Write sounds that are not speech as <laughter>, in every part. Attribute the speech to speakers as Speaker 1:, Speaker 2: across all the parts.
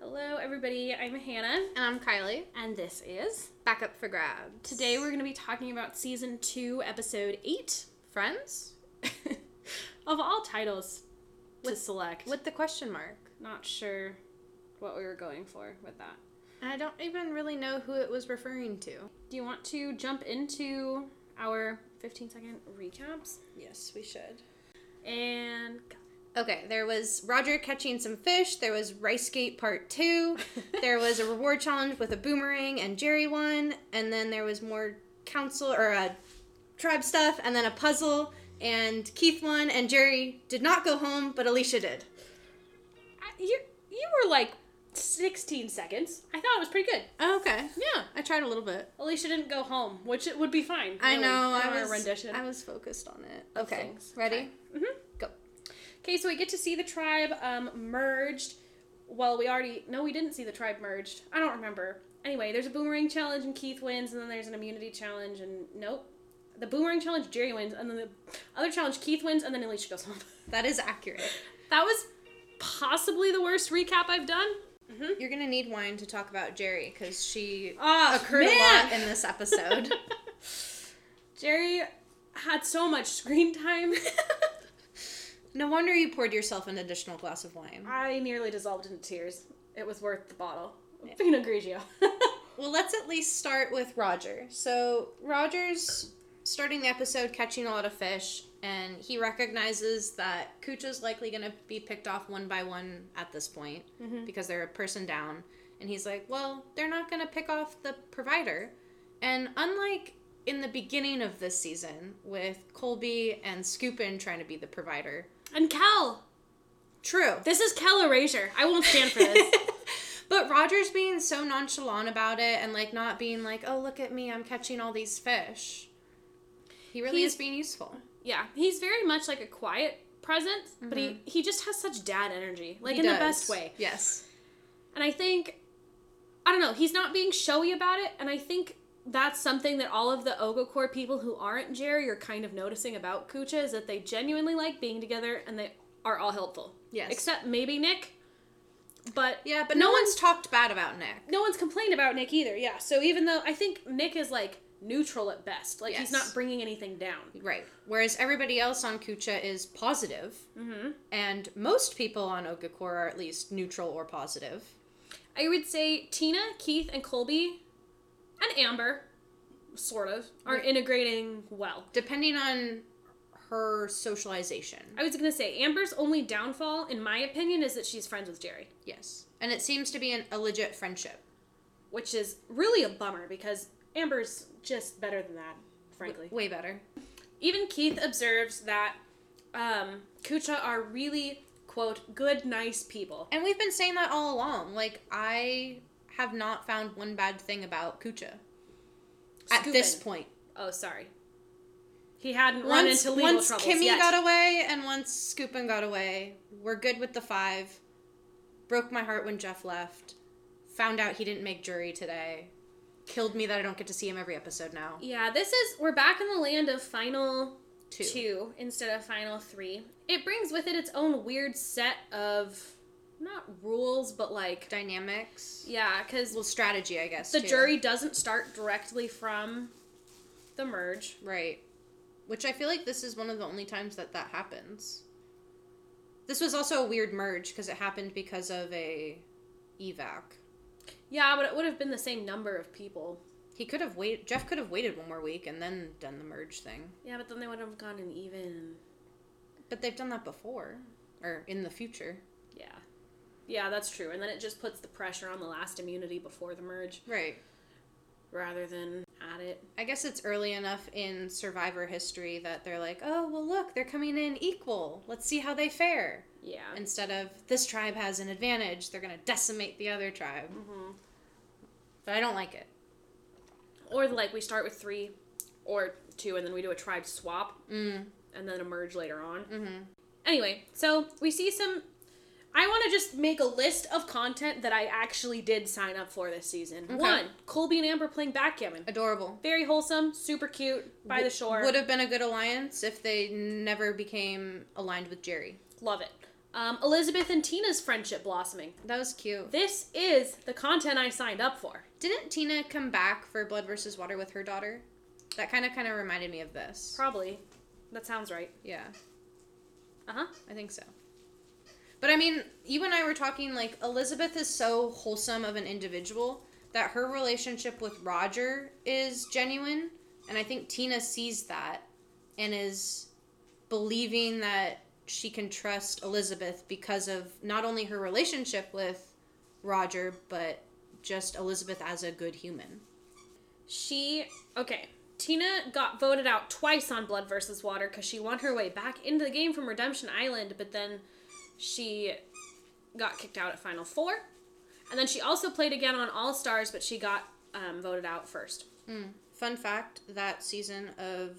Speaker 1: Hello, everybody. I'm Hannah,
Speaker 2: And I'm Kylie.
Speaker 1: and this is.
Speaker 2: Back up for grabs.
Speaker 1: Today, we're going to be talking about season two, episode eight <laughs>
Speaker 2: friends
Speaker 1: of all titles to
Speaker 2: With-
Speaker 1: select.
Speaker 2: with the question mark.
Speaker 1: Not sure what we were going for with that.
Speaker 2: And I don't even really know who it was referring to.
Speaker 1: Do you want to jump into our 15 second recaps?
Speaker 2: Yes, we should.
Speaker 1: And
Speaker 2: Okay, there was Roger catching some fish. There was Rice Gate Part <laughs> 2. there was a reward challenge with a boomerang and Jerry won. And then there was more council or uh, tribe stuff. And then a puzzle. And Keith won. And Jerry did not go home, but Alicia did.
Speaker 1: I- you, you were like 16 seconds. I thought it was pretty good.
Speaker 2: Oh, okay.
Speaker 1: Yeah.
Speaker 2: I tried a little bit.
Speaker 1: Alicia didn't go home, which it would be fine.
Speaker 2: I
Speaker 1: really,
Speaker 2: know.
Speaker 1: in
Speaker 2: I
Speaker 1: our
Speaker 2: was,
Speaker 1: rendition.
Speaker 2: I was focused on it. Okay.
Speaker 1: things.
Speaker 2: Ready?
Speaker 1: Mhm.
Speaker 2: Go.
Speaker 1: Okay, so we get to see the tribe um, merged. Well, we already no, we didn't see the tribe merged. I don't remember. Anyway, there's a boomerang challenge and Keith wins, and then there's an immunity challenge and nope. The boomerang challenge Jerry wins, and then the other challenge Keith wins, and then Alicia goes home. <laughs>
Speaker 2: That is accurate.
Speaker 1: that was possibly the worst recap I've done.
Speaker 2: You're gonna need wine to talk about Jerry because she
Speaker 1: Ah,
Speaker 2: occurred a lot
Speaker 1: man.
Speaker 2: in this
Speaker 1: <laughs>
Speaker 2: episode.
Speaker 1: Jerry had so much screen time. <laughs>
Speaker 2: no wonder you poured yourself an additional glass of wine.
Speaker 1: I nearly dissolved into tears. It was worth the bottle.
Speaker 2: Yeah.
Speaker 1: Pinot Grigio. <laughs>
Speaker 2: Well, let's at least start with Roger. So Roger's starting the episode catching a lot of fish, and he recognizes that Kucha's likely gonna be picked off one by one at this point because they're a person down. And he's like, "Well, they're not gonna pick off the provider." And unlike in the beginning of this season with Colby and Scoopin trying to be the provider,
Speaker 1: and Cal.
Speaker 2: true.
Speaker 1: This is Cal erasure. I won't <laughs> stand for this.
Speaker 2: but Roger's being so nonchalant about it and like not being like, oh look at me, I'm catching all these fish. He really
Speaker 1: He's-
Speaker 2: is being useful.
Speaker 1: yeah, he's very much like a quiet presence, but he he just has such dad energy, like
Speaker 2: Mm-hmm. He
Speaker 1: in
Speaker 2: does.
Speaker 1: the best way.
Speaker 2: Yes.
Speaker 1: And I think I don't know, he's not being showy about it, and I think that's something that all of the Ogokor people who aren't Jerry are kind of noticing about Kucha is that they genuinely like being together and they are all helpful.
Speaker 2: Yes.
Speaker 1: Except maybe Nick. But
Speaker 2: yeah, but no,
Speaker 1: no
Speaker 2: one's talked bad about Nick.
Speaker 1: no one's complained about Nick either. Yeah. So even though I think Nick is like neutral at best, like he's
Speaker 2: Yes.
Speaker 1: not bringing anything down.
Speaker 2: Right. Whereas everybody else on Kucha is positive,
Speaker 1: Mhm.
Speaker 2: and most people on Ogakor are at least neutral or positive.
Speaker 1: I would say Tina, Keith, and Colby, and Amber, sort of, are integrating well.
Speaker 2: Depending on her socialization.
Speaker 1: I was gonna say Amber's only downfall, in my opinion, is that she's friends with Jerry,
Speaker 2: Yes. And it seems to be an, a legit friendship.
Speaker 1: which is really a bummer because Amber's just better than that, frankly.
Speaker 2: Way better.
Speaker 1: Even Keith observes that um, Kucha are really quote good, nice people.
Speaker 2: And we've been saying that all along. Like I have not found one bad thing about Kucha at this
Speaker 1: Scoopin'.
Speaker 2: point.
Speaker 1: Oh, sorry. He hadn't run
Speaker 2: Once
Speaker 1: into legal
Speaker 2: once
Speaker 1: troubles
Speaker 2: Kimmy
Speaker 1: yet.
Speaker 2: got away and once Scoopin got away, we're good with the five. Broke my heart when Jeff left. Found out he didn't make jury today. Killed me that I don't get to see him every episode now.
Speaker 1: yeah, this is we're back in the land of final
Speaker 2: Two.
Speaker 1: two instead of final three. It brings with it its own weird set of not rules, but like
Speaker 2: Dynamics.
Speaker 1: yeah, because
Speaker 2: Well, strategy, I guess.
Speaker 1: the
Speaker 2: too.
Speaker 1: jury doesn't start directly from the merge.
Speaker 2: Right. Which I feel like this is one of the only times that that happens. This was also a weird merge because it happened because of a evac.
Speaker 1: Yeah, but it would have been the same number of people.
Speaker 2: He could have waited. Jeff could have waited one more week and then done the merge thing.
Speaker 1: Yeah, but then they would have gone an even.
Speaker 2: But they've done that before, or in the future.
Speaker 1: Yeah, yeah, that's true. And then it just puts the pressure on the last immunity before the merge,
Speaker 2: Right.
Speaker 1: rather than at it.
Speaker 2: I guess it's early enough in Survivor history that they're like, oh well, look, they're coming in equal. Let's see how they fare.
Speaker 1: Yeah.
Speaker 2: Instead of this tribe has an advantage, they're gonna decimate the other tribe.
Speaker 1: Mhm.
Speaker 2: But I don't like it.
Speaker 1: Or like we start with three, or two, and then we do a tribe swap,
Speaker 2: Mm.
Speaker 1: and then a merge later on.
Speaker 2: Mm-hmm.
Speaker 1: Anyway, so we see some. I want to just make a list of content that I actually did sign up for this season. One, Colby and Amber playing backgammon.
Speaker 2: Adorable.
Speaker 1: Very wholesome, super cute, by the shore.
Speaker 2: Would have been a good alliance if they never became aligned with Jerry.
Speaker 1: Love it. Um, Elizabeth and Tina's friendship blossoming.
Speaker 2: That was cute.
Speaker 1: This is the content I signed up for.
Speaker 2: Didn't Tina come back for Blood versus Water with her daughter? That kind of kind of reminded me of this.
Speaker 1: Probably. That sounds right.
Speaker 2: Yeah,
Speaker 1: Uh huh.
Speaker 2: I think so. But I mean, you and I were talking like Elizabeth is so wholesome of an individual that her relationship with Roger is genuine, and I think Tina sees that and is believing that she can trust Elizabeth because of not only her relationship with Roger, but just Elizabeth as a good human.
Speaker 1: She okay. Tina got voted out twice on Blood versus Water because she won her way back into the game from Redemption Island, but then she got kicked out at Final Four, and then she also played again on All Stars, but she got um, voted out first.
Speaker 2: Fun fact that season of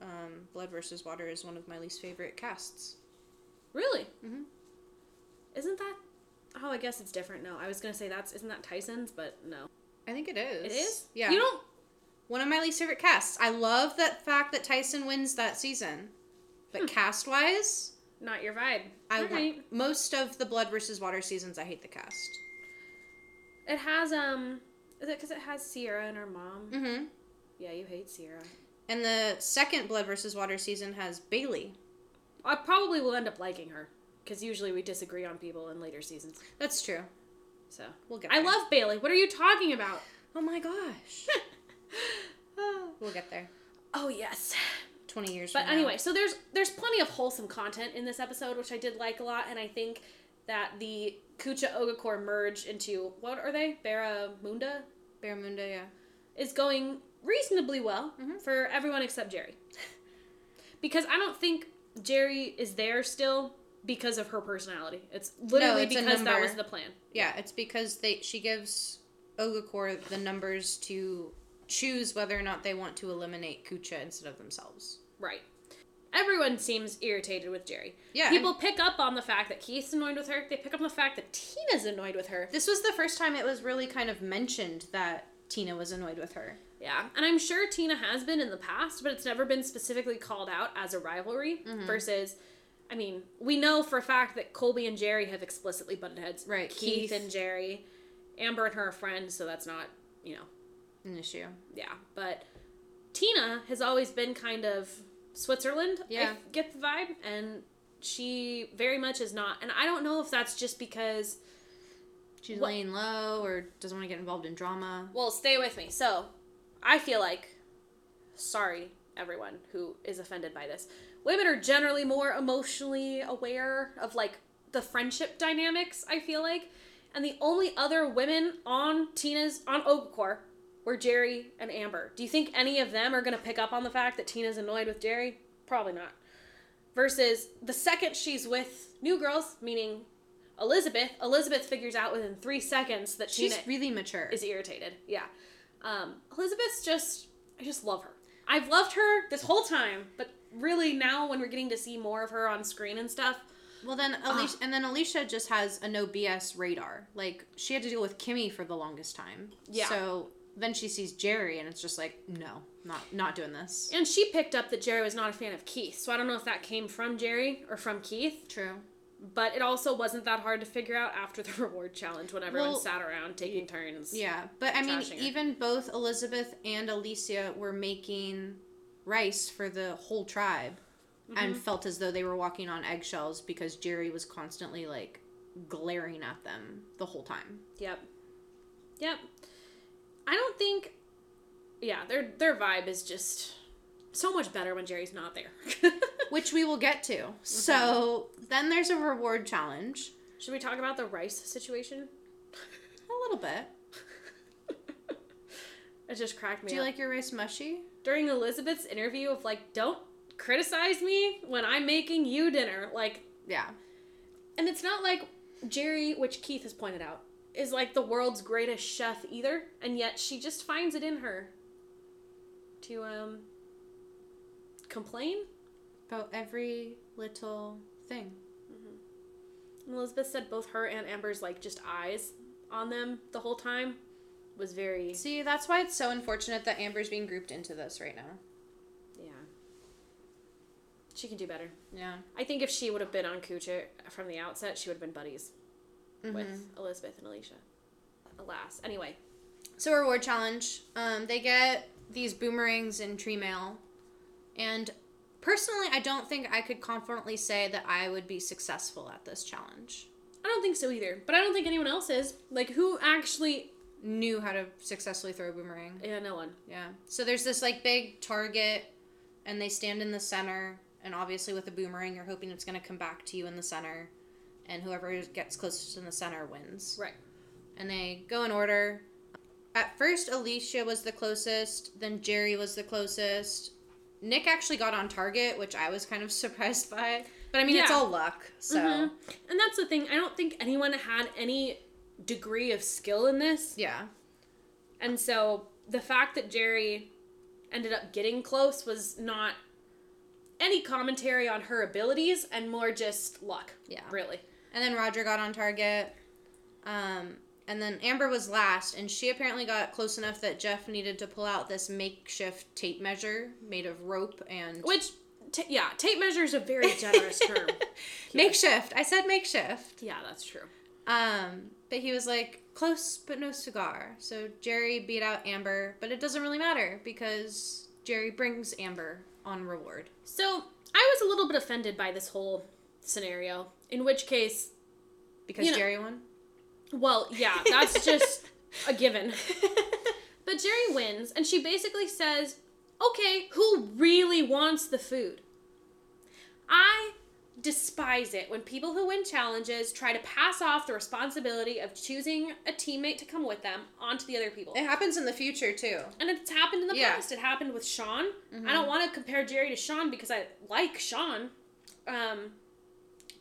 Speaker 2: um, Blood versus Water is one of my least favorite casts.
Speaker 1: Really?
Speaker 2: Mhm.
Speaker 1: Isn't that? Oh, I guess it's different. No, I was gonna say that's isn't that Tyson's, but no,
Speaker 2: I think it is.
Speaker 1: it is.
Speaker 2: Yeah.
Speaker 1: You don't.
Speaker 2: one of my least favorite casts. I love that fact that Tyson wins that season, but cast wise,
Speaker 1: Not your vibe.
Speaker 2: I
Speaker 1: All
Speaker 2: want
Speaker 1: right.
Speaker 2: most of the Blood versus Water seasons. I hate the cast.
Speaker 1: It has um. Is it because it has Sierra and her mom?
Speaker 2: Mm-hmm.
Speaker 1: Yeah, you hate Sierra.
Speaker 2: And the second Blood versus Water season has Bailey.
Speaker 1: I probably will end up liking her because usually we disagree on people in later seasons.
Speaker 2: That's true.
Speaker 1: So
Speaker 2: We'll get.
Speaker 1: I
Speaker 2: there.
Speaker 1: love Bailey. What are you talking about?
Speaker 2: Oh my gosh. <laughs> we'll get there.
Speaker 1: oh yes.
Speaker 2: Twenty years.
Speaker 1: But
Speaker 2: from now.
Speaker 1: anyway, so there's there's plenty of wholesome content in this episode, which I did like a lot, and I think that the Kucha Ogakor merge into what are they? Barra Munda
Speaker 2: Baramunda, yeah.
Speaker 1: is going reasonably well
Speaker 2: Mhm.
Speaker 1: for everyone except Jerry. <laughs> because I don't think Jerry is there still because of her personality. It's literally
Speaker 2: it's a
Speaker 1: because that
Speaker 2: number.
Speaker 1: was the plan.
Speaker 2: Yeah, it's because they she gives Ogakor the numbers to choose whether or not they want to eliminate Kucha instead of themselves.
Speaker 1: Right. Everyone seems irritated with Jerry.
Speaker 2: Yeah.
Speaker 1: People pick up on the fact that Keith's annoyed with her. They pick up on the fact that Tina's annoyed with her.
Speaker 2: This was the first time it was really kind of mentioned that Tina was annoyed with her.
Speaker 1: Yeah. And I'm sure Tina has been in the past, but it's never been specifically called out as a rivalry
Speaker 2: Mm-hmm.
Speaker 1: versus I mean, we know for a fact that Colby and Jerry have explicitly butted heads.
Speaker 2: Right,
Speaker 1: Keith,
Speaker 2: Keith.
Speaker 1: and Jerry. Amber and her are friends, so that's not, you know,
Speaker 2: An issue.
Speaker 1: yeah. But Tina has always been kind of Switzerland.
Speaker 2: Yeah.
Speaker 1: I get the vibe, and she very much is not. And I don't know if that's just because.
Speaker 2: She's
Speaker 1: What-
Speaker 2: laying low or doesn't want to get involved in drama.
Speaker 1: Well, stay with me. So, I feel like, sorry everyone who is offended by this. Women are generally more emotionally aware of like the friendship dynamics. I feel like, and the only other women on Tina's on Ogakor were Jerry and Amber. Do you think any of them are going to pick up on the fact that Tina's annoyed with Jerry? Probably not. Versus the second she's with new girls, meaning Elizabeth, Elizabeth figures out within three seconds that
Speaker 2: She's
Speaker 1: Tina
Speaker 2: really mature.
Speaker 1: is irritated. Yeah. Um, Elizabeth's just, I just love her. I've loved her this whole time, but really now when we're getting to see more of her on screen and stuff,
Speaker 2: Well, then Alicia, and then Alicia just has a no BS radar. Like she had to deal with Kimmy for the longest time.
Speaker 1: Yeah.
Speaker 2: So then she sees Jerry, and it's just like, no, not not doing this.
Speaker 1: and she picked up that Jerry was not a fan of Keith, so I don't know if that came from Jerry or from Keith,
Speaker 2: True.
Speaker 1: but it also wasn't that hard to figure out after the <laughs> reward challenge when everyone
Speaker 2: Well,
Speaker 1: sat around taking turns.
Speaker 2: Yeah, but I mean,
Speaker 1: Trashing her.
Speaker 2: even both Elizabeth and Alicia were making rice for the whole tribe, and felt as though they were walking on eggshells because Jerry was constantly like glaring at them the whole time.
Speaker 1: Yep. Yep. I don't think yeah, their their vibe is just so much better when Jerry's not there. <laughs>
Speaker 2: Which we will get to. So then there's a reward challenge.
Speaker 1: Should we talk about the rice situation?
Speaker 2: A little bit.
Speaker 1: It just cracked me
Speaker 2: Do
Speaker 1: up.
Speaker 2: you like your rice mushy?
Speaker 1: During Elizabeth's interview of like, don't criticize me when I'm making you dinner. Like,
Speaker 2: Yeah.
Speaker 1: and it's not like Jerry, which Keith has pointed out, is like the world's greatest chef either, and yet she just finds it in her to um complain.
Speaker 2: About every little thing.
Speaker 1: And Elizabeth said both her and Amber's like just eyes on them the whole time was very
Speaker 2: See, that's why it's so unfortunate that Amber's being grouped into this right now.
Speaker 1: yeah. She can do better.
Speaker 2: Yeah.
Speaker 1: I think if she would have been on Kuchar from the outset, she would have been buddies with Elizabeth and Alicia. Alas. Anyway,
Speaker 2: So reward challenge. Um, they get these boomerangs in tree mail, and personally, I don't think I could confidently say that I would be successful at this challenge.
Speaker 1: I don't think so either. But I don't think anyone else is. Like, who actually.
Speaker 2: Knew how to successfully throw a boomerang.
Speaker 1: Yeah, no one.
Speaker 2: Yeah. So there's this like big target, and they stand in the center, and obviously with a boomerang, you're hoping it's gonna come back to you in the center, and whoever gets closest in the center wins.
Speaker 1: Right.
Speaker 2: and they go in order. At first, Alicia was the closest, then Jerry was the closest. Nick actually got on target, which I was kind of <laughs> surprised by. But I mean, it's
Speaker 1: Yeah.
Speaker 2: all luck, so
Speaker 1: Mhm. And that's the thing. I don't think anyone had any degree of skill in this.
Speaker 2: yeah.
Speaker 1: And so the fact that Jerry ended up getting close was not any commentary on her abilities and more just luck.
Speaker 2: Yeah.
Speaker 1: Really.
Speaker 2: And then Roger got on target. Um, and then Amber was last, and she apparently got close enough that Jeff needed to pull out this makeshift tape measure made of rope and
Speaker 1: Which, ta yeah, tape measure is a very generous term.
Speaker 2: makeshift. I said makeshift.
Speaker 1: Yeah, that's true.
Speaker 2: Um, but he was like, close but no cigar. So Jerry beat out Amber, but it doesn't really matter because Jerry brings Amber on reward.
Speaker 1: So I was a little bit offended by this whole scenario. In which case,
Speaker 2: Because
Speaker 1: You know-
Speaker 2: Jerry won?
Speaker 1: well, yeah, that's
Speaker 2: <laughs>
Speaker 1: just a given. But Jerry wins, and she basically says, Okay, who really wants the food? I despise it when people who win challenges try to pass off the responsibility of choosing a teammate to come with them onto the other people.
Speaker 2: it happens in the future too.
Speaker 1: And it's happened in the
Speaker 2: Yeah. Mm-hmm.
Speaker 1: past. It happened with Sean. I don't want to compare Jerry to Sean because I like Sean. Um,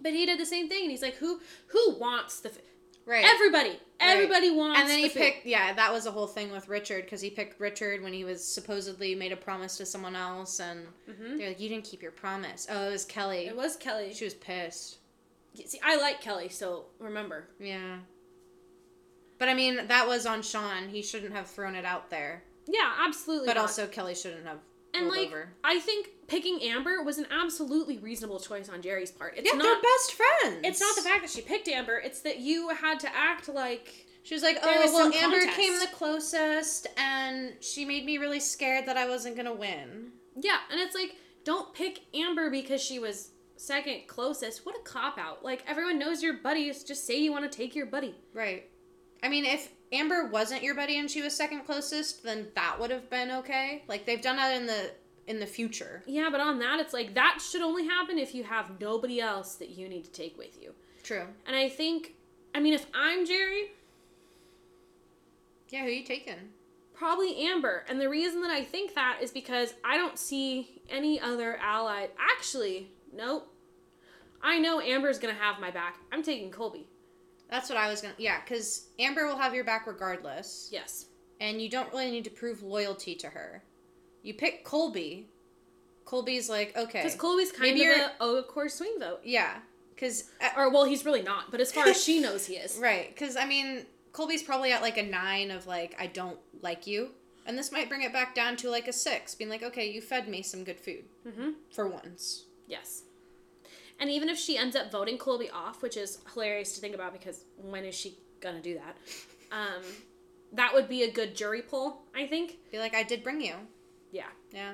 Speaker 1: but he did the same thing, and he's like, "Who who wants the f-
Speaker 2: Right.
Speaker 1: everybody? Everybody wants."
Speaker 2: and then
Speaker 1: the
Speaker 2: he
Speaker 1: food.
Speaker 2: picked, yeah, that was a whole thing with Richard because he picked Richard when he was supposedly made a promise to someone else, and they're like, "You didn't keep your promise." Oh, it was Kelly.
Speaker 1: Mm-hmm. It was Kelly.
Speaker 2: She was pissed.
Speaker 1: See, I like Kelly, so remember.
Speaker 2: Yeah, but I mean, that was on Sean. He shouldn't have thrown it out there.
Speaker 1: Yeah, absolutely.
Speaker 2: But
Speaker 1: not.
Speaker 2: also, Kelly shouldn't have
Speaker 1: and
Speaker 2: rolled
Speaker 1: like,
Speaker 2: over.
Speaker 1: I think picking Amber was an absolutely reasonable choice on Jerry's part. It's
Speaker 2: Yeah, they're
Speaker 1: not.
Speaker 2: best friends.
Speaker 1: It's not the fact that she picked Amber. It's that you had to act like.
Speaker 2: She was like,
Speaker 1: There
Speaker 2: "Oh,
Speaker 1: was
Speaker 2: well,
Speaker 1: some
Speaker 2: Amber
Speaker 1: contest."
Speaker 2: came the closest, and she made me really scared that I wasn't gonna win."
Speaker 1: Yeah, and it's like, don't pick Amber because she was second closest. What a cop out. Like, everyone knows your buddies. Just say you want to take your buddy.
Speaker 2: Right. I mean, if Amber wasn't your buddy and she was second closest, then that would have been okay. Like they've done that in the in the future.
Speaker 1: Yeah, but on that, it's like, that should only happen if you have nobody else that you need to take with you.
Speaker 2: True.
Speaker 1: And I think, I mean, if I'm Jerry,
Speaker 2: Yeah, who you taking?
Speaker 1: Probably Amber. And the reason that I think that is because I don't see any other ally. Actually, nope. I know Amber's going to have my back. I'm taking Colby.
Speaker 2: That's what I was gonna. Yeah, because Amber will have your back regardless,
Speaker 1: Yes.
Speaker 2: and you don't really need to prove loyalty to her. You pick Colby. Colby's like okay.
Speaker 1: Because Colby's kind
Speaker 2: Maybe
Speaker 1: of
Speaker 2: you're-
Speaker 1: a, oh, of course, swing vote.
Speaker 2: yeah, because
Speaker 1: Or, well, he's really not, but as far as
Speaker 2: <laughs>
Speaker 1: she knows, he is.
Speaker 2: Right, because I mean, Colby's probably at like a nine of like, I don't like you. And this might bring it back down to like a six, being like, okay, you fed me some good food
Speaker 1: Mm-hmm.
Speaker 2: for once.
Speaker 1: Yes. And even if she ends up voting Colby off, which is hilarious to think about because when is she going to do that? Um, that would be a good jury poll, I think.
Speaker 2: Be like, I did bring you.
Speaker 1: Yeah.
Speaker 2: Yeah.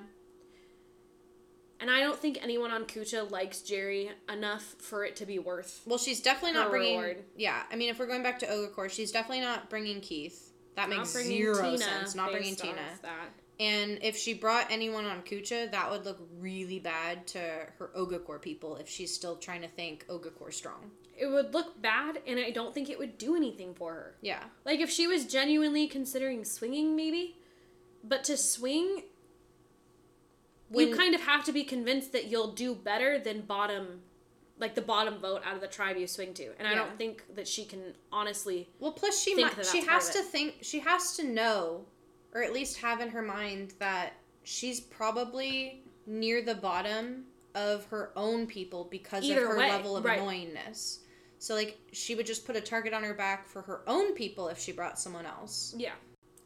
Speaker 1: And I don't think anyone on Kucha likes Jerry enough for it to be worth.
Speaker 2: Well, she's definitely not
Speaker 1: Her
Speaker 2: bringing.
Speaker 1: reward.
Speaker 2: Yeah, I mean, if we're going back to Ogre she's definitely not bringing Keith. That
Speaker 1: Not
Speaker 2: makes
Speaker 1: bringing
Speaker 2: zero
Speaker 1: Tina
Speaker 2: sense. Not bringing
Speaker 1: based off
Speaker 2: Tina.
Speaker 1: That.
Speaker 2: And if she brought anyone on Kucha, that would look really bad to her Ogakor people if she's still trying to think Ogakor strong.
Speaker 1: It would look bad, and I don't think it would do anything for her.
Speaker 2: Yeah.
Speaker 1: Like if she was genuinely considering swinging, maybe, but to swing, you
Speaker 2: When-
Speaker 1: kind of have to be convinced that you'll do better than bottom, like the bottom vote out of the tribe you swing to. And I
Speaker 2: Yeah.
Speaker 1: don't think that she can honestly.
Speaker 2: Well, plus she
Speaker 1: think
Speaker 2: might,
Speaker 1: that
Speaker 2: she
Speaker 1: that's part
Speaker 2: has
Speaker 1: of
Speaker 2: to think she has to know, or at least have in her mind that she's probably near the bottom of her own people because
Speaker 1: Either
Speaker 2: of her
Speaker 1: way,
Speaker 2: level of
Speaker 1: right.
Speaker 2: annoyingness. So like she would just put a target on her back for her own people if she brought someone else.
Speaker 1: Yeah,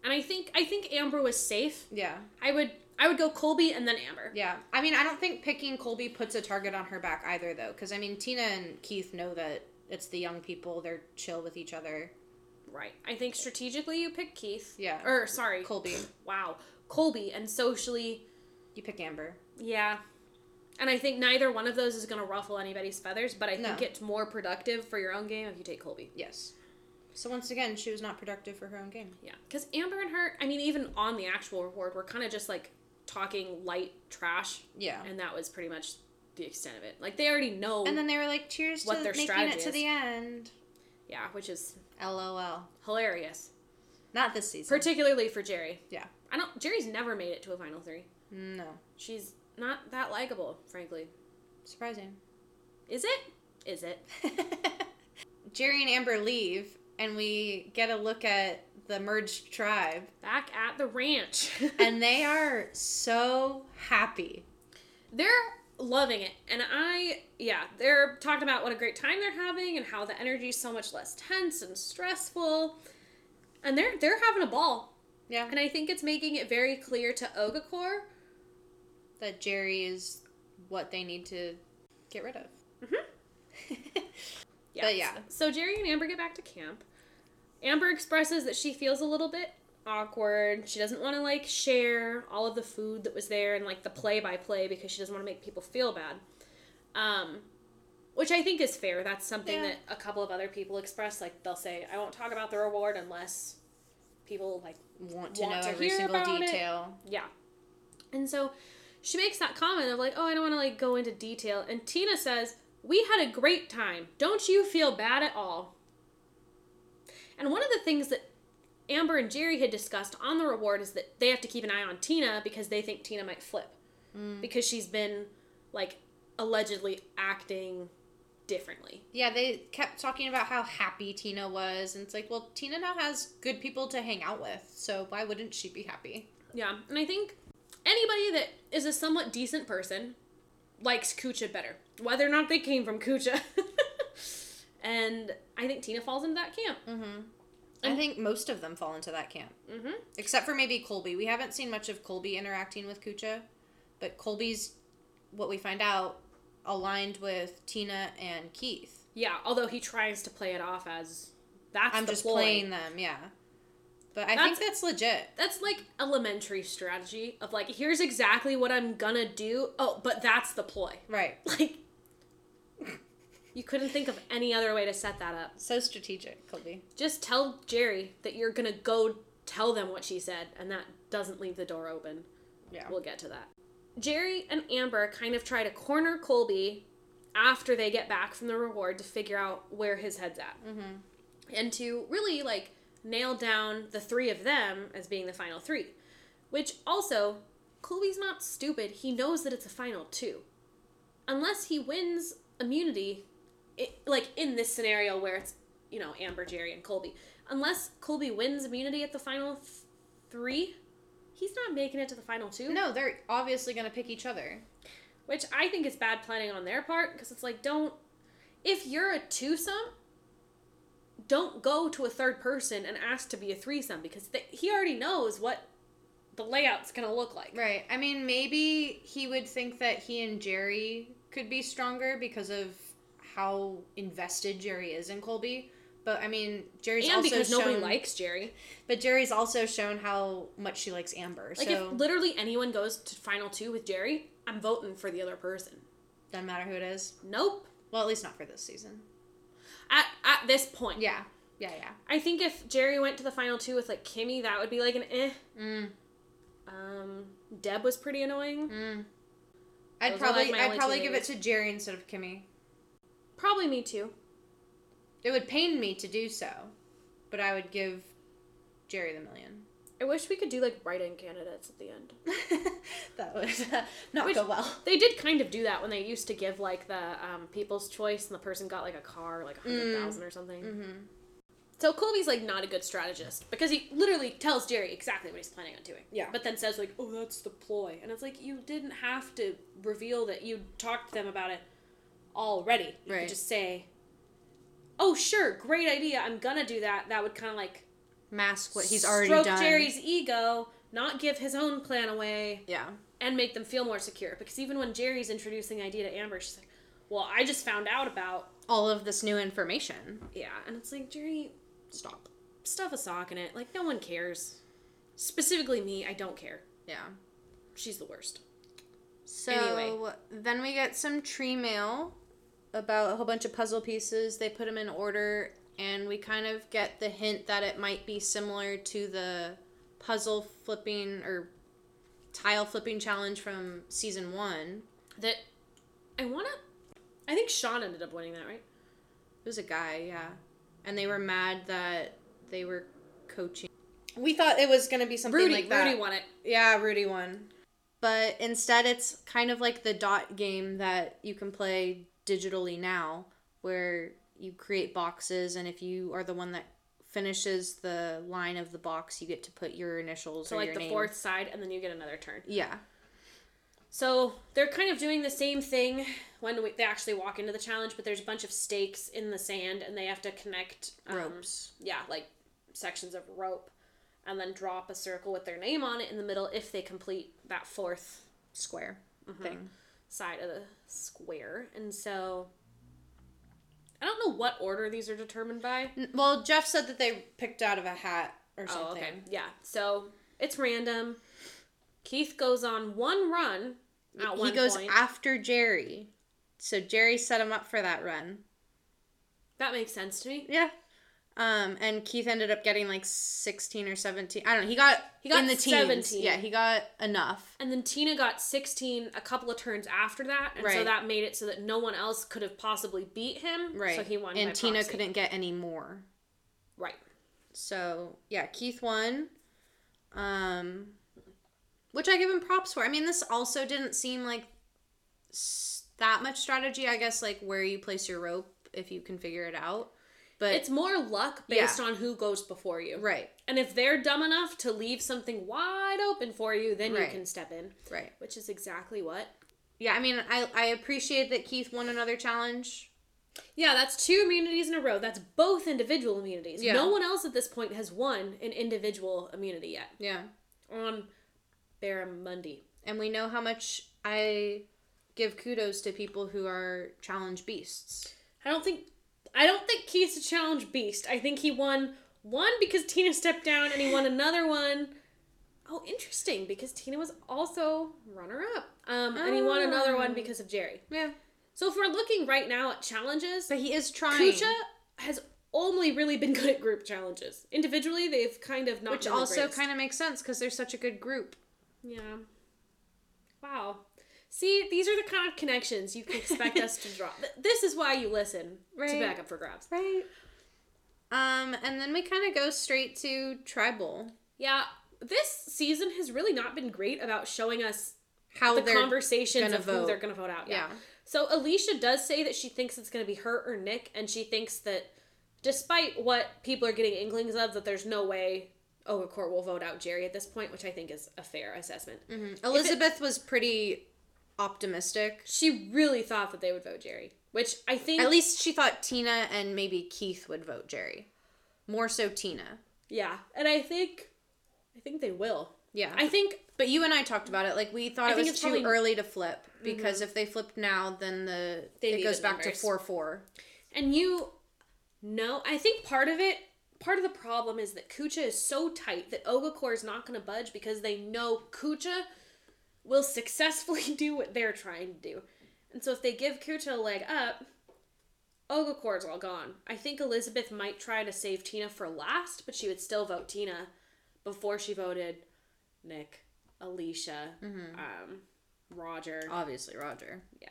Speaker 1: and I think I think Amber was safe.
Speaker 2: Yeah.
Speaker 1: I would I would go Colby and then Amber.
Speaker 2: Yeah. I mean, I don't think picking Colby puts a target on her back either, though, because I mean, Tina and Keith know that it's the young people. They're chill with each other.
Speaker 1: Right. I think strategically you pick Keith.
Speaker 2: Yeah.
Speaker 1: Or sorry,
Speaker 2: Colby.
Speaker 1: Wow, Colby, and socially,
Speaker 2: You pick Amber.
Speaker 1: yeah. And I think neither one of those is going to ruffle anybody's feathers, but I think
Speaker 2: No.
Speaker 1: it's more productive for your own game if you take Colby.
Speaker 2: Yes. So once again, she was not productive for her own game.
Speaker 1: Yeah, because Amber and her, I mean, even on the actual reward, we're kind of just like talking light trash,
Speaker 2: Yeah.
Speaker 1: and that was pretty much the extent of it. Like they already know,
Speaker 2: And then they were like, "Cheers
Speaker 1: What
Speaker 2: to
Speaker 1: their
Speaker 2: making
Speaker 1: strategy
Speaker 2: it to
Speaker 1: is.
Speaker 2: the end."
Speaker 1: yeah, which is
Speaker 2: LOL.
Speaker 1: hilarious,
Speaker 2: Not this season.
Speaker 1: particularly for Jerry.
Speaker 2: Yeah.
Speaker 1: I don't. Jerry's never made it to a final three.
Speaker 2: no.
Speaker 1: She's not that likable, frankly.
Speaker 2: Surprising. <laughs>
Speaker 1: Is it? Is it?
Speaker 2: Jerry and Amber leave, and we get a look at the merged tribe,
Speaker 1: Back at the ranch. <laughs>
Speaker 2: and they are so happy.
Speaker 1: they're loving it and i yeah they're talking about what a great time they're having and how the energy is so much less tense and stressful and they're they're having a ball
Speaker 2: Yeah.
Speaker 1: and i think it's making it very clear to ogakor
Speaker 2: That Jerry is what they need to get rid of. <laughs>
Speaker 1: yeah,
Speaker 2: But yeah.
Speaker 1: so jerry and amber get back to camp amber expresses that she feels a little bit awkward she doesn't want to like share all of the food that was there and like the play by play because she doesn't want to make people feel bad um which I think is fair. That's something
Speaker 2: Yeah.
Speaker 1: that a couple of other people express. Like they'll say, "I won't talk about the reward unless people like
Speaker 2: Want to
Speaker 1: Want
Speaker 2: know
Speaker 1: to
Speaker 2: every
Speaker 1: hear
Speaker 2: single
Speaker 1: about it.
Speaker 2: detail.
Speaker 1: yeah." And so she makes that comment of like, "Oh, I don't want to like go into detail." And Tina says, "We had a great time. Don't you feel bad at all?" And one of the things that Amber and Jerry had discussed on the reward is that they have to keep an eye on Tina because they think Tina might flip because she's been like allegedly acting differently.
Speaker 2: Yeah, they kept talking about how happy Tina was, and it's like, well, Tina now has good people to hang out with, so why wouldn't she be happy?
Speaker 1: Yeah, and I think anybody that is a somewhat decent person likes Kucha better, whether or not they came from Kucha. <laughs> and I think Tina falls into that camp.
Speaker 2: Mm. I think most of them fall into that camp.
Speaker 1: Mm-hmm.
Speaker 2: except for maybe Colby. We haven't seen much of Colby interacting with Kucha, but Colby's what we find out aligned with Tina and Keith.
Speaker 1: Yeah, although he tries to play it off as that's
Speaker 2: I'm
Speaker 1: the
Speaker 2: just
Speaker 1: ploy."
Speaker 2: playing them, yeah. But I
Speaker 1: That's-
Speaker 2: think that's legit.
Speaker 1: That's like elementary strategy of like here's exactly what I'm gonna do. Oh, but that's the ploy. <laughs>
Speaker 2: Right.
Speaker 1: Like you couldn't think of any other way to set that up.
Speaker 2: So strategic, Colby.
Speaker 1: Just tell Jerry that you're gonna go tell them what she said, and that doesn't leave the door open.
Speaker 2: Yeah.
Speaker 1: We'll get to that. Jerry and Amber kind of try to corner Colby after they get back from the reward to figure out where his head's at. Mm-hmm. And to really like nail down the three of them as being the final three. Which also, Colby's not stupid. He knows that it's a final two. Unless he wins immunity, it, like in this scenario where it's, you know, Amber, Jerry, and Colby. Unless Colby wins immunity at the final th- three, he's not making it to the final two.
Speaker 2: No, they're obviously going to pick each other.
Speaker 1: Which I think is bad planning on their part because it's like, don't. If you're a twosome, don't go to a third person and ask to be a threesome because th he already knows what the layout's going to look like.
Speaker 2: Right. I mean, maybe he would think that he and Jerry could be stronger because of how invested Jerry is in Colby. But I mean, Jerry's
Speaker 1: and
Speaker 2: also
Speaker 1: because nobody
Speaker 2: shown-
Speaker 1: likes Jerry.
Speaker 2: But Jerry's also shown how much she likes Amber.
Speaker 1: Like,
Speaker 2: so
Speaker 1: if literally anyone goes to final two with Jerry, I'm voting for the other person.
Speaker 2: doesn't matter who it is.
Speaker 1: Nope.
Speaker 2: Well, at least not for this season.
Speaker 1: At, at this point.
Speaker 2: Yeah. Yeah, yeah.
Speaker 1: I think if Jerry went to the final two with, like, Kimmy, that would be like an eh.
Speaker 2: Mm.
Speaker 1: Um, Deb was pretty annoying.
Speaker 2: Mm. I'd
Speaker 1: Those are, like,
Speaker 2: probably
Speaker 1: my only
Speaker 2: I'd
Speaker 1: two
Speaker 2: probably give
Speaker 1: names.
Speaker 2: it to Jerry instead of Kimmy.
Speaker 1: Probably me too.
Speaker 2: It would pain me to do so, but I would give Jerry the million. <laughs>
Speaker 1: I wish we could do like write-in candidates at the end.
Speaker 2: that would <laughs> uh, not
Speaker 1: Which-
Speaker 2: go well.
Speaker 1: They did kind of do that when they used to give like the um, people's choice, and the person got like a car, like a hundred
Speaker 2: Mm.
Speaker 1: thousand or something.
Speaker 2: Mm-hmm.
Speaker 1: So Colby's like not a good strategist because he literally tells Jerry exactly what he's planning on doing.
Speaker 2: Yeah.
Speaker 1: But then says like, "Oh, that's the ploy," and it's like you didn't have to reveal that you talked to them about it already. You
Speaker 2: Right.
Speaker 1: could just say, "Oh, sure, great idea. I'm gonna do that." That would kind of like
Speaker 2: Mask what he's
Speaker 1: stroke
Speaker 2: already done.
Speaker 1: Jerry's ego, not give his own plan away,
Speaker 2: Yeah.
Speaker 1: and make them feel more secure. Because even when Jerry's introducing the idea to Amber, she's like, "Well, I just found out about
Speaker 2: All of this new information.
Speaker 1: yeah," and it's like Jerry,
Speaker 2: Stop.
Speaker 1: stuff a sock in it. Like no one cares. Specifically me, I don't care.
Speaker 2: Yeah.
Speaker 1: She's the worst.
Speaker 2: So
Speaker 1: Anyway.
Speaker 2: then we get some tree mail about a whole bunch of puzzle pieces. They put them in order, and we kind of get the hint that it might be similar to the puzzle flipping or tile flipping challenge from season one.
Speaker 1: That I wanna. I think Sean ended up winning that, right?
Speaker 2: It was a guy, yeah. And they were mad that they were coaching. We thought it was going to be something
Speaker 1: Rudy,
Speaker 2: like that.
Speaker 1: Rudy won it.
Speaker 2: Yeah, Rudy won. But instead, it's kind of like the dot game that you can play digitally now, where you create boxes, and if you are the one that finishes the line of the box, you get to put your initials
Speaker 1: So
Speaker 2: or
Speaker 1: like
Speaker 2: your
Speaker 1: the
Speaker 2: name.
Speaker 1: fourth side, and then you get another turn.
Speaker 2: Yeah,
Speaker 1: So they're kind of doing the same thing when we, they actually walk into the challenge, but there's a bunch of stakes in the sand, and they have to connect um,
Speaker 2: ropes.
Speaker 1: Yeah, like sections of rope, and then drop a circle with their name on it in the middle if they complete that fourth
Speaker 2: Square
Speaker 1: Mm-hmm.
Speaker 2: thing.
Speaker 1: side of the square. And so I don't know what order these are determined by.
Speaker 2: N- Well, Jeff said that they picked out of a hat or
Speaker 1: Oh,
Speaker 2: something.
Speaker 1: Yeah. So it's random. Keith goes on one run. At
Speaker 2: he
Speaker 1: one
Speaker 2: goes
Speaker 1: point.
Speaker 2: after Jerry. So Jerry set him up for that run.
Speaker 1: that makes sense to me.
Speaker 2: Yeah. Um, and Keith ended up getting like sixteen or seventeen. I don't know. He got he
Speaker 1: got
Speaker 2: in the teens.
Speaker 1: 17.
Speaker 2: Yeah, he got enough.
Speaker 1: And then Tina got 16 a couple of turns after that, and so
Speaker 2: Right.
Speaker 1: that made it so that no one else could have possibly beat him.
Speaker 2: Right.
Speaker 1: So he won.
Speaker 2: And
Speaker 1: by
Speaker 2: Tina
Speaker 1: proxy.
Speaker 2: couldn't get any more.
Speaker 1: Right.
Speaker 2: So yeah, Keith won. Um, which I give him props for. I mean, this also didn't seem like s- that much strategy. I guess like where you place your rope if you can figure it out. But
Speaker 1: It's more luck based on who goes before you.
Speaker 2: right,
Speaker 1: And if they're dumb enough to leave something wide open for you, then you
Speaker 2: Right.
Speaker 1: can step in,
Speaker 2: right.
Speaker 1: which is exactly what.
Speaker 2: Yeah, I mean, I I appreciate that Keith won another challenge.
Speaker 1: Yeah, that's two immunities in a row. That's both individual immunities.
Speaker 2: Yeah.
Speaker 1: No one else at this point has won an individual immunity yet.
Speaker 2: Yeah.
Speaker 1: On Barramundi.
Speaker 2: and we know how much I give kudos to people who are challenge beasts.
Speaker 1: I don't think I don't think Keith's a challenge beast. I think he won one because Tina stepped down and he
Speaker 2: <laughs>
Speaker 1: won another one. Oh, interesting, because Tina was also runner up. Um, and he won another
Speaker 2: Oh.
Speaker 1: one because of Jerry.
Speaker 2: Yeah,
Speaker 1: So if we're looking right now at challenges,
Speaker 2: but he is trying,
Speaker 1: Kucha has only really been <laughs> good at group challenges. Individually, they've kind of not
Speaker 2: which
Speaker 1: been the
Speaker 2: also
Speaker 1: greatest.
Speaker 2: kind of makes sense because they're such a good group.
Speaker 1: Yeah. Wow. See, these are the kind of connections you can expect us to draw. Th- This is why you listen to
Speaker 2: Right.
Speaker 1: Back Up for Grabs.
Speaker 2: Right. Um, and then we kind of go straight to tribal.
Speaker 1: Yeah, this season has really not been great about showing us
Speaker 2: How
Speaker 1: the
Speaker 2: they're
Speaker 1: conversations
Speaker 2: gonna
Speaker 1: of who
Speaker 2: vote.
Speaker 1: they're going to vote out. Yeah.
Speaker 2: yeah.
Speaker 1: So Alicia does say that she thinks it's going to be her or Nick, and she thinks that despite what people are getting inklings of, that there's no way Oga Court will vote out Jerry at this point, which I think is a fair assessment.
Speaker 2: Mm-hmm. Elizabeth was pretty optimistic.
Speaker 1: She really thought that they would vote Jerry, which I think
Speaker 2: At least she thought Tina and maybe Keith would vote Jerry. More so Tina.
Speaker 1: Yeah, and I think I think they will.
Speaker 2: Yeah.
Speaker 1: I think
Speaker 2: But you and I talked about it. Like we thought it
Speaker 1: think
Speaker 2: was
Speaker 1: it's
Speaker 2: too
Speaker 1: probably- Mm-hmm.
Speaker 2: early to flip because if they flip now, then the
Speaker 1: They
Speaker 2: it
Speaker 1: leave
Speaker 2: goes
Speaker 1: it
Speaker 2: back to
Speaker 1: numbers.
Speaker 2: four four.
Speaker 1: and you know, I think part of it part of the problem is that Kucha is so tight that Ogakor is not going to budge because they know Kucha will successfully <laughs> do what they're trying to do. And so if they give Kucha a leg up, Ogakor's all gone. I think Elizabeth might try to save Tina for last, but she would still vote Tina before she voted Nick, Alicia, um, Roger.
Speaker 2: Obviously, Roger.
Speaker 1: yeah.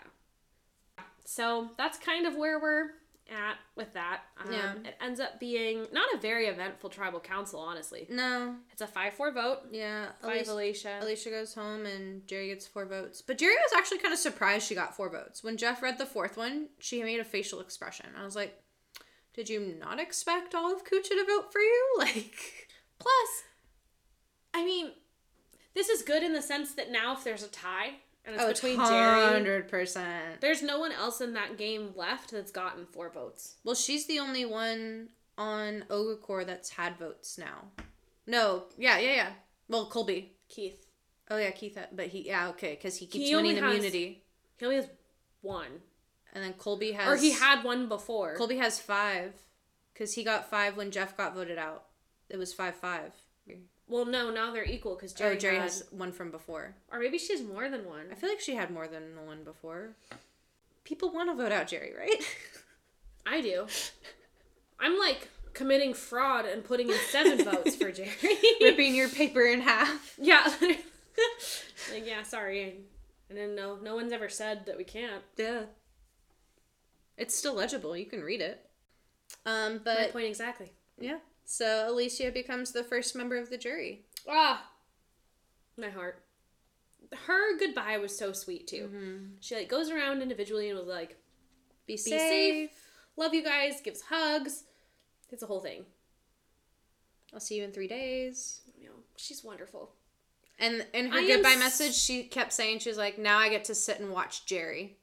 Speaker 1: So that's kind of where we're at with that. Um,
Speaker 2: Yeah.
Speaker 1: It ends up being not a very eventful tribal council, honestly.
Speaker 2: No,
Speaker 1: It's a 5 4 vote.
Speaker 2: yeah.
Speaker 1: Five
Speaker 2: Alicia,
Speaker 1: Alicia.
Speaker 2: Alicia goes home and Jerry gets four votes. But Jerry was actually kind of surprised she got four votes. When Jeff read the fourth one, she made a facial expression. I was like, "Did you not expect all of Kucha to vote for you?" <laughs> Like,
Speaker 1: Plus, I mean, this is good in the sense that now if there's a tie and it's Oh, between Jerry,
Speaker 2: Oh, hundred percent.
Speaker 1: there's no one else in that game left that's gotten four votes.
Speaker 2: Well, she's the only one on Ogakor that's had votes now. No, yeah, yeah, yeah. Well, Colby.
Speaker 1: Keith.
Speaker 2: Oh yeah, Keith. had- But he yeah okay because he keeps
Speaker 1: He only
Speaker 2: winning
Speaker 1: has-
Speaker 2: immunity,
Speaker 1: He only has one.
Speaker 2: and then Colby has
Speaker 1: Or he had one before.
Speaker 2: Colby has five because he got five when Jeff got voted out. It was five five.
Speaker 1: Well, no, now they're equal because
Speaker 2: Jerry
Speaker 1: Jerry,
Speaker 2: oh, Jerry
Speaker 1: had-
Speaker 2: has one from before.
Speaker 1: Or maybe she has more than one.
Speaker 2: I feel like she had more than the one before. People want to vote out Jerry,
Speaker 1: <laughs>
Speaker 2: right?
Speaker 1: I do. I'm like committing fraud and putting in <laughs> seven votes for Jerry.
Speaker 2: Ripping your paper in half.
Speaker 1: yeah. <laughs> like, yeah, sorry. I didn't know. No one's ever said that we can't.
Speaker 2: Yeah. It's still legible. You can read it. Um,
Speaker 1: My
Speaker 2: but
Speaker 1: point exactly.
Speaker 2: yeah. So Alicia becomes the first member of the jury.
Speaker 1: Ah, my heart. Her goodbye was so sweet too. She like goes around individually and was like,
Speaker 2: Be,
Speaker 1: "Be safe, love you guys," gives hugs. It's a whole thing.
Speaker 2: I'll see you in three days.
Speaker 1: You know, she's wonderful.
Speaker 2: And in her
Speaker 1: I am
Speaker 2: goodbye
Speaker 1: s-
Speaker 2: message, she kept saying she was like, "Now I get to sit and watch Jerry."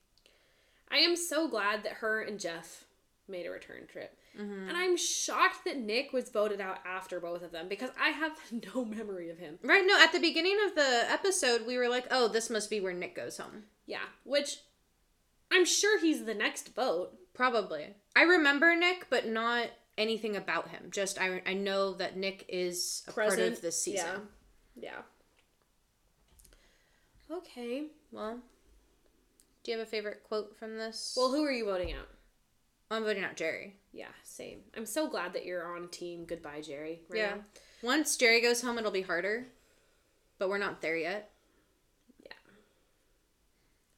Speaker 1: I am so glad that her and Jeff made a return trip. And I'm shocked that Nick was voted out after both of them because I have <laughs> no memory of him.
Speaker 2: Right? No, at the beginning of the episode, we were like, "Oh, this must be where Nick goes home."
Speaker 1: Yeah, which I'm sure he's the next vote.
Speaker 2: Probably. I remember Nick, but not anything about him. Just I I know that Nick is a part of this season.
Speaker 1: Yeah. yeah. Okay.
Speaker 2: Well, do you have a favorite quote from this?
Speaker 1: Well, who are you voting out?
Speaker 2: I'm voting out Jerry.
Speaker 1: Yeah, same. I'm so glad that you're on team Goodbye Jerry. Right
Speaker 2: Yeah.
Speaker 1: now.
Speaker 2: Once Jerry goes home, it'll be harder, but we're not there yet.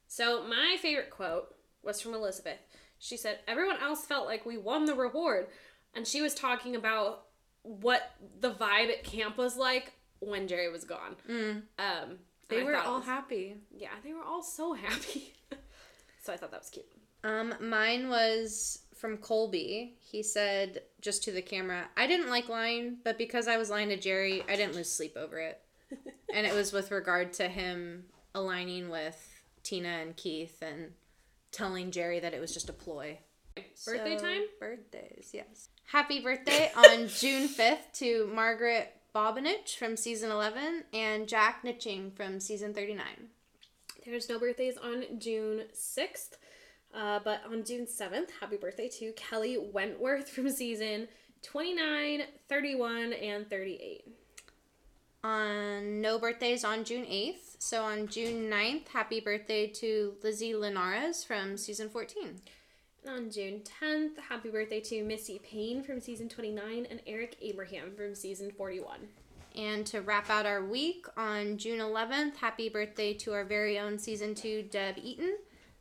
Speaker 1: So my favorite quote was from Elizabeth. She said, "Everyone else felt like we won the reward," and she was talking about what the vibe at camp was like when Jerry was gone. Um,
Speaker 2: They
Speaker 1: and I
Speaker 2: were
Speaker 1: thought it
Speaker 2: all
Speaker 1: was-
Speaker 2: happy.
Speaker 1: yeah, they were all so happy. <laughs> so I thought that was cute.
Speaker 2: Um, mine was from Colby. He said just to the camera, I didn't like lying, but because I was lying to Jerry, I didn't lose sleep over <laughs> it. and it was with regard to him aligning with Tina and Keith and telling Jerry that it was just a ploy.
Speaker 1: Birthday
Speaker 2: So,
Speaker 1: time?
Speaker 2: Birthdays, yes. Happy birthday on <laughs> June 5th to Margaret Bobinich from season 11 and Jack Nitching from season 39.
Speaker 1: There's no birthdays on June 6th, uh, but on June 7th, happy birthday to Kelly Wentworth from season 29, 31, and 38.
Speaker 2: on no birthdays on June 8th. So on June 9th, happy birthday to Lizzie Linares from season 14.
Speaker 1: And on June 10th, happy birthday to Missy Payne from season 29 and Eric Abraham from season 41.
Speaker 2: And to wrap out our week on June 11th, happy birthday to our very own season 2 Deb Eaton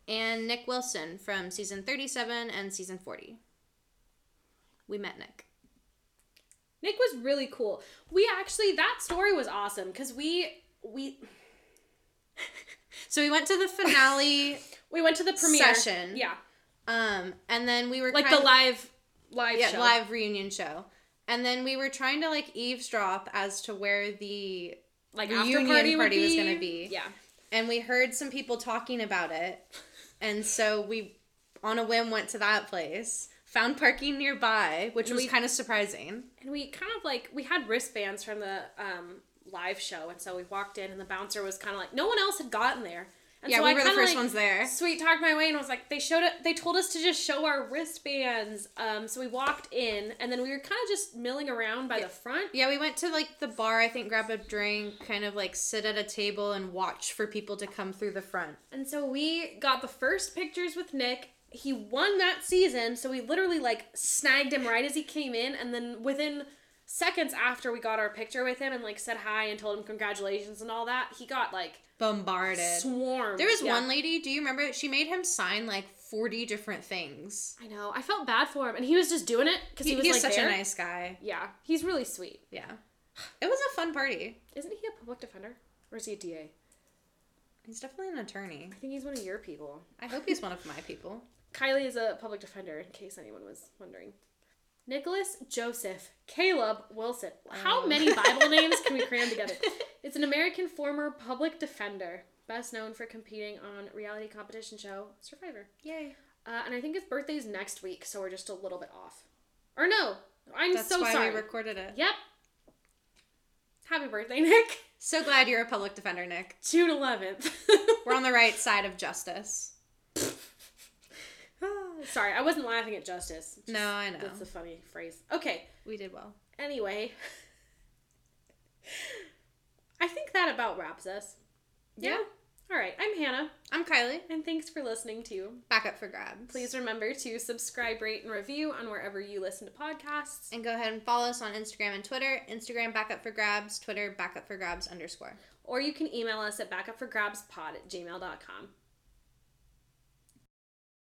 Speaker 2: and Nick Wilson from season 37 and season 40. We met Nick.
Speaker 1: Nick was really cool. We actually that story was awesome because we we
Speaker 2: So we went to the finale <laughs>
Speaker 1: we went to the premiere
Speaker 2: Session.
Speaker 1: Yeah,
Speaker 2: um and then we were
Speaker 1: like
Speaker 2: kind
Speaker 1: the live live
Speaker 2: yeah,
Speaker 1: show.
Speaker 2: live reunion show. And then we were trying to like eavesdrop as to where the
Speaker 1: like
Speaker 2: reunion
Speaker 1: would
Speaker 2: party was gonna be.
Speaker 1: Yeah,
Speaker 2: and we heard some people talking about it and so we on a whim went to that place found parking nearby which was
Speaker 1: we-
Speaker 2: kind of surprising
Speaker 1: and we kind of like we had wristbands from the um live show, and so we walked in, and the bouncer was kind of like no one else had gotten there. And
Speaker 2: yeah
Speaker 1: so
Speaker 2: we
Speaker 1: I
Speaker 2: were the
Speaker 1: kinda,
Speaker 2: first
Speaker 1: like,
Speaker 2: ones there
Speaker 1: sweet talked my way and was like they showed it they told us to just show our wristbands um so we walked in and then we were kind of just milling around by the front
Speaker 2: yeah we went to like the bar i think grab a drink kind of like sit at a table and watch for people to come through the front
Speaker 1: and so we got the first pictures with nick he won that season so we literally like snagged him right as he came in and then within seconds after we got our picture with him and like said hi and told him congratulations and all that he got like
Speaker 2: bombarded
Speaker 1: swarmed
Speaker 2: there was
Speaker 1: Yeah.
Speaker 2: one lady do you remember she made him sign like 40 different things
Speaker 1: i know i felt bad for him and he was just doing it because he,
Speaker 2: he,
Speaker 1: was
Speaker 2: he's
Speaker 1: like
Speaker 2: such
Speaker 1: there.
Speaker 2: a nice guy
Speaker 1: yeah he's really sweet
Speaker 2: yeah it was a fun party
Speaker 1: isn't he a public defender or is he a da
Speaker 2: he's definitely an attorney
Speaker 1: I think he's one of your people.
Speaker 2: i hope he's one of my people
Speaker 1: Kylie is a public defender, in case anyone was wondering. Nicholas Joseph Caleb Wilson.
Speaker 2: Oh.
Speaker 1: How many
Speaker 2: <laughs>
Speaker 1: Bible names can we cram together? It's an American former public defender, best known for competing on reality competition show Survivor.
Speaker 2: yay
Speaker 1: Uh, and I think his birthday is next week, so we're just a little bit off. Or no, I'm
Speaker 2: That's
Speaker 1: so
Speaker 2: why
Speaker 1: sorry.
Speaker 2: we recorded it.
Speaker 1: yep. Happy birthday, Nick. <laughs>
Speaker 2: So glad you're a public defender, Nick.
Speaker 1: June 11th.
Speaker 2: <laughs> We're on the right side of justice.
Speaker 1: <sighs> Sorry, I wasn't laughing at justice. Just-
Speaker 2: No, I know.
Speaker 1: That's a funny phrase. Okay,
Speaker 2: We did well.
Speaker 1: anyway. <laughs> I think that about wraps us.
Speaker 2: Yeah.
Speaker 1: All right, I'm Hannah,
Speaker 2: I'm Kylie.
Speaker 1: and thanks for listening to.
Speaker 2: Back up for grabs.
Speaker 1: Please remember to subscribe, rate, and review on wherever you listen to podcasts.
Speaker 2: And go ahead and follow us on Instagram and Twitter. Instagram back up for grabs, Twitter back up for grabs underscore.
Speaker 1: Or you can email us at backupforgrabspod at gmail.com.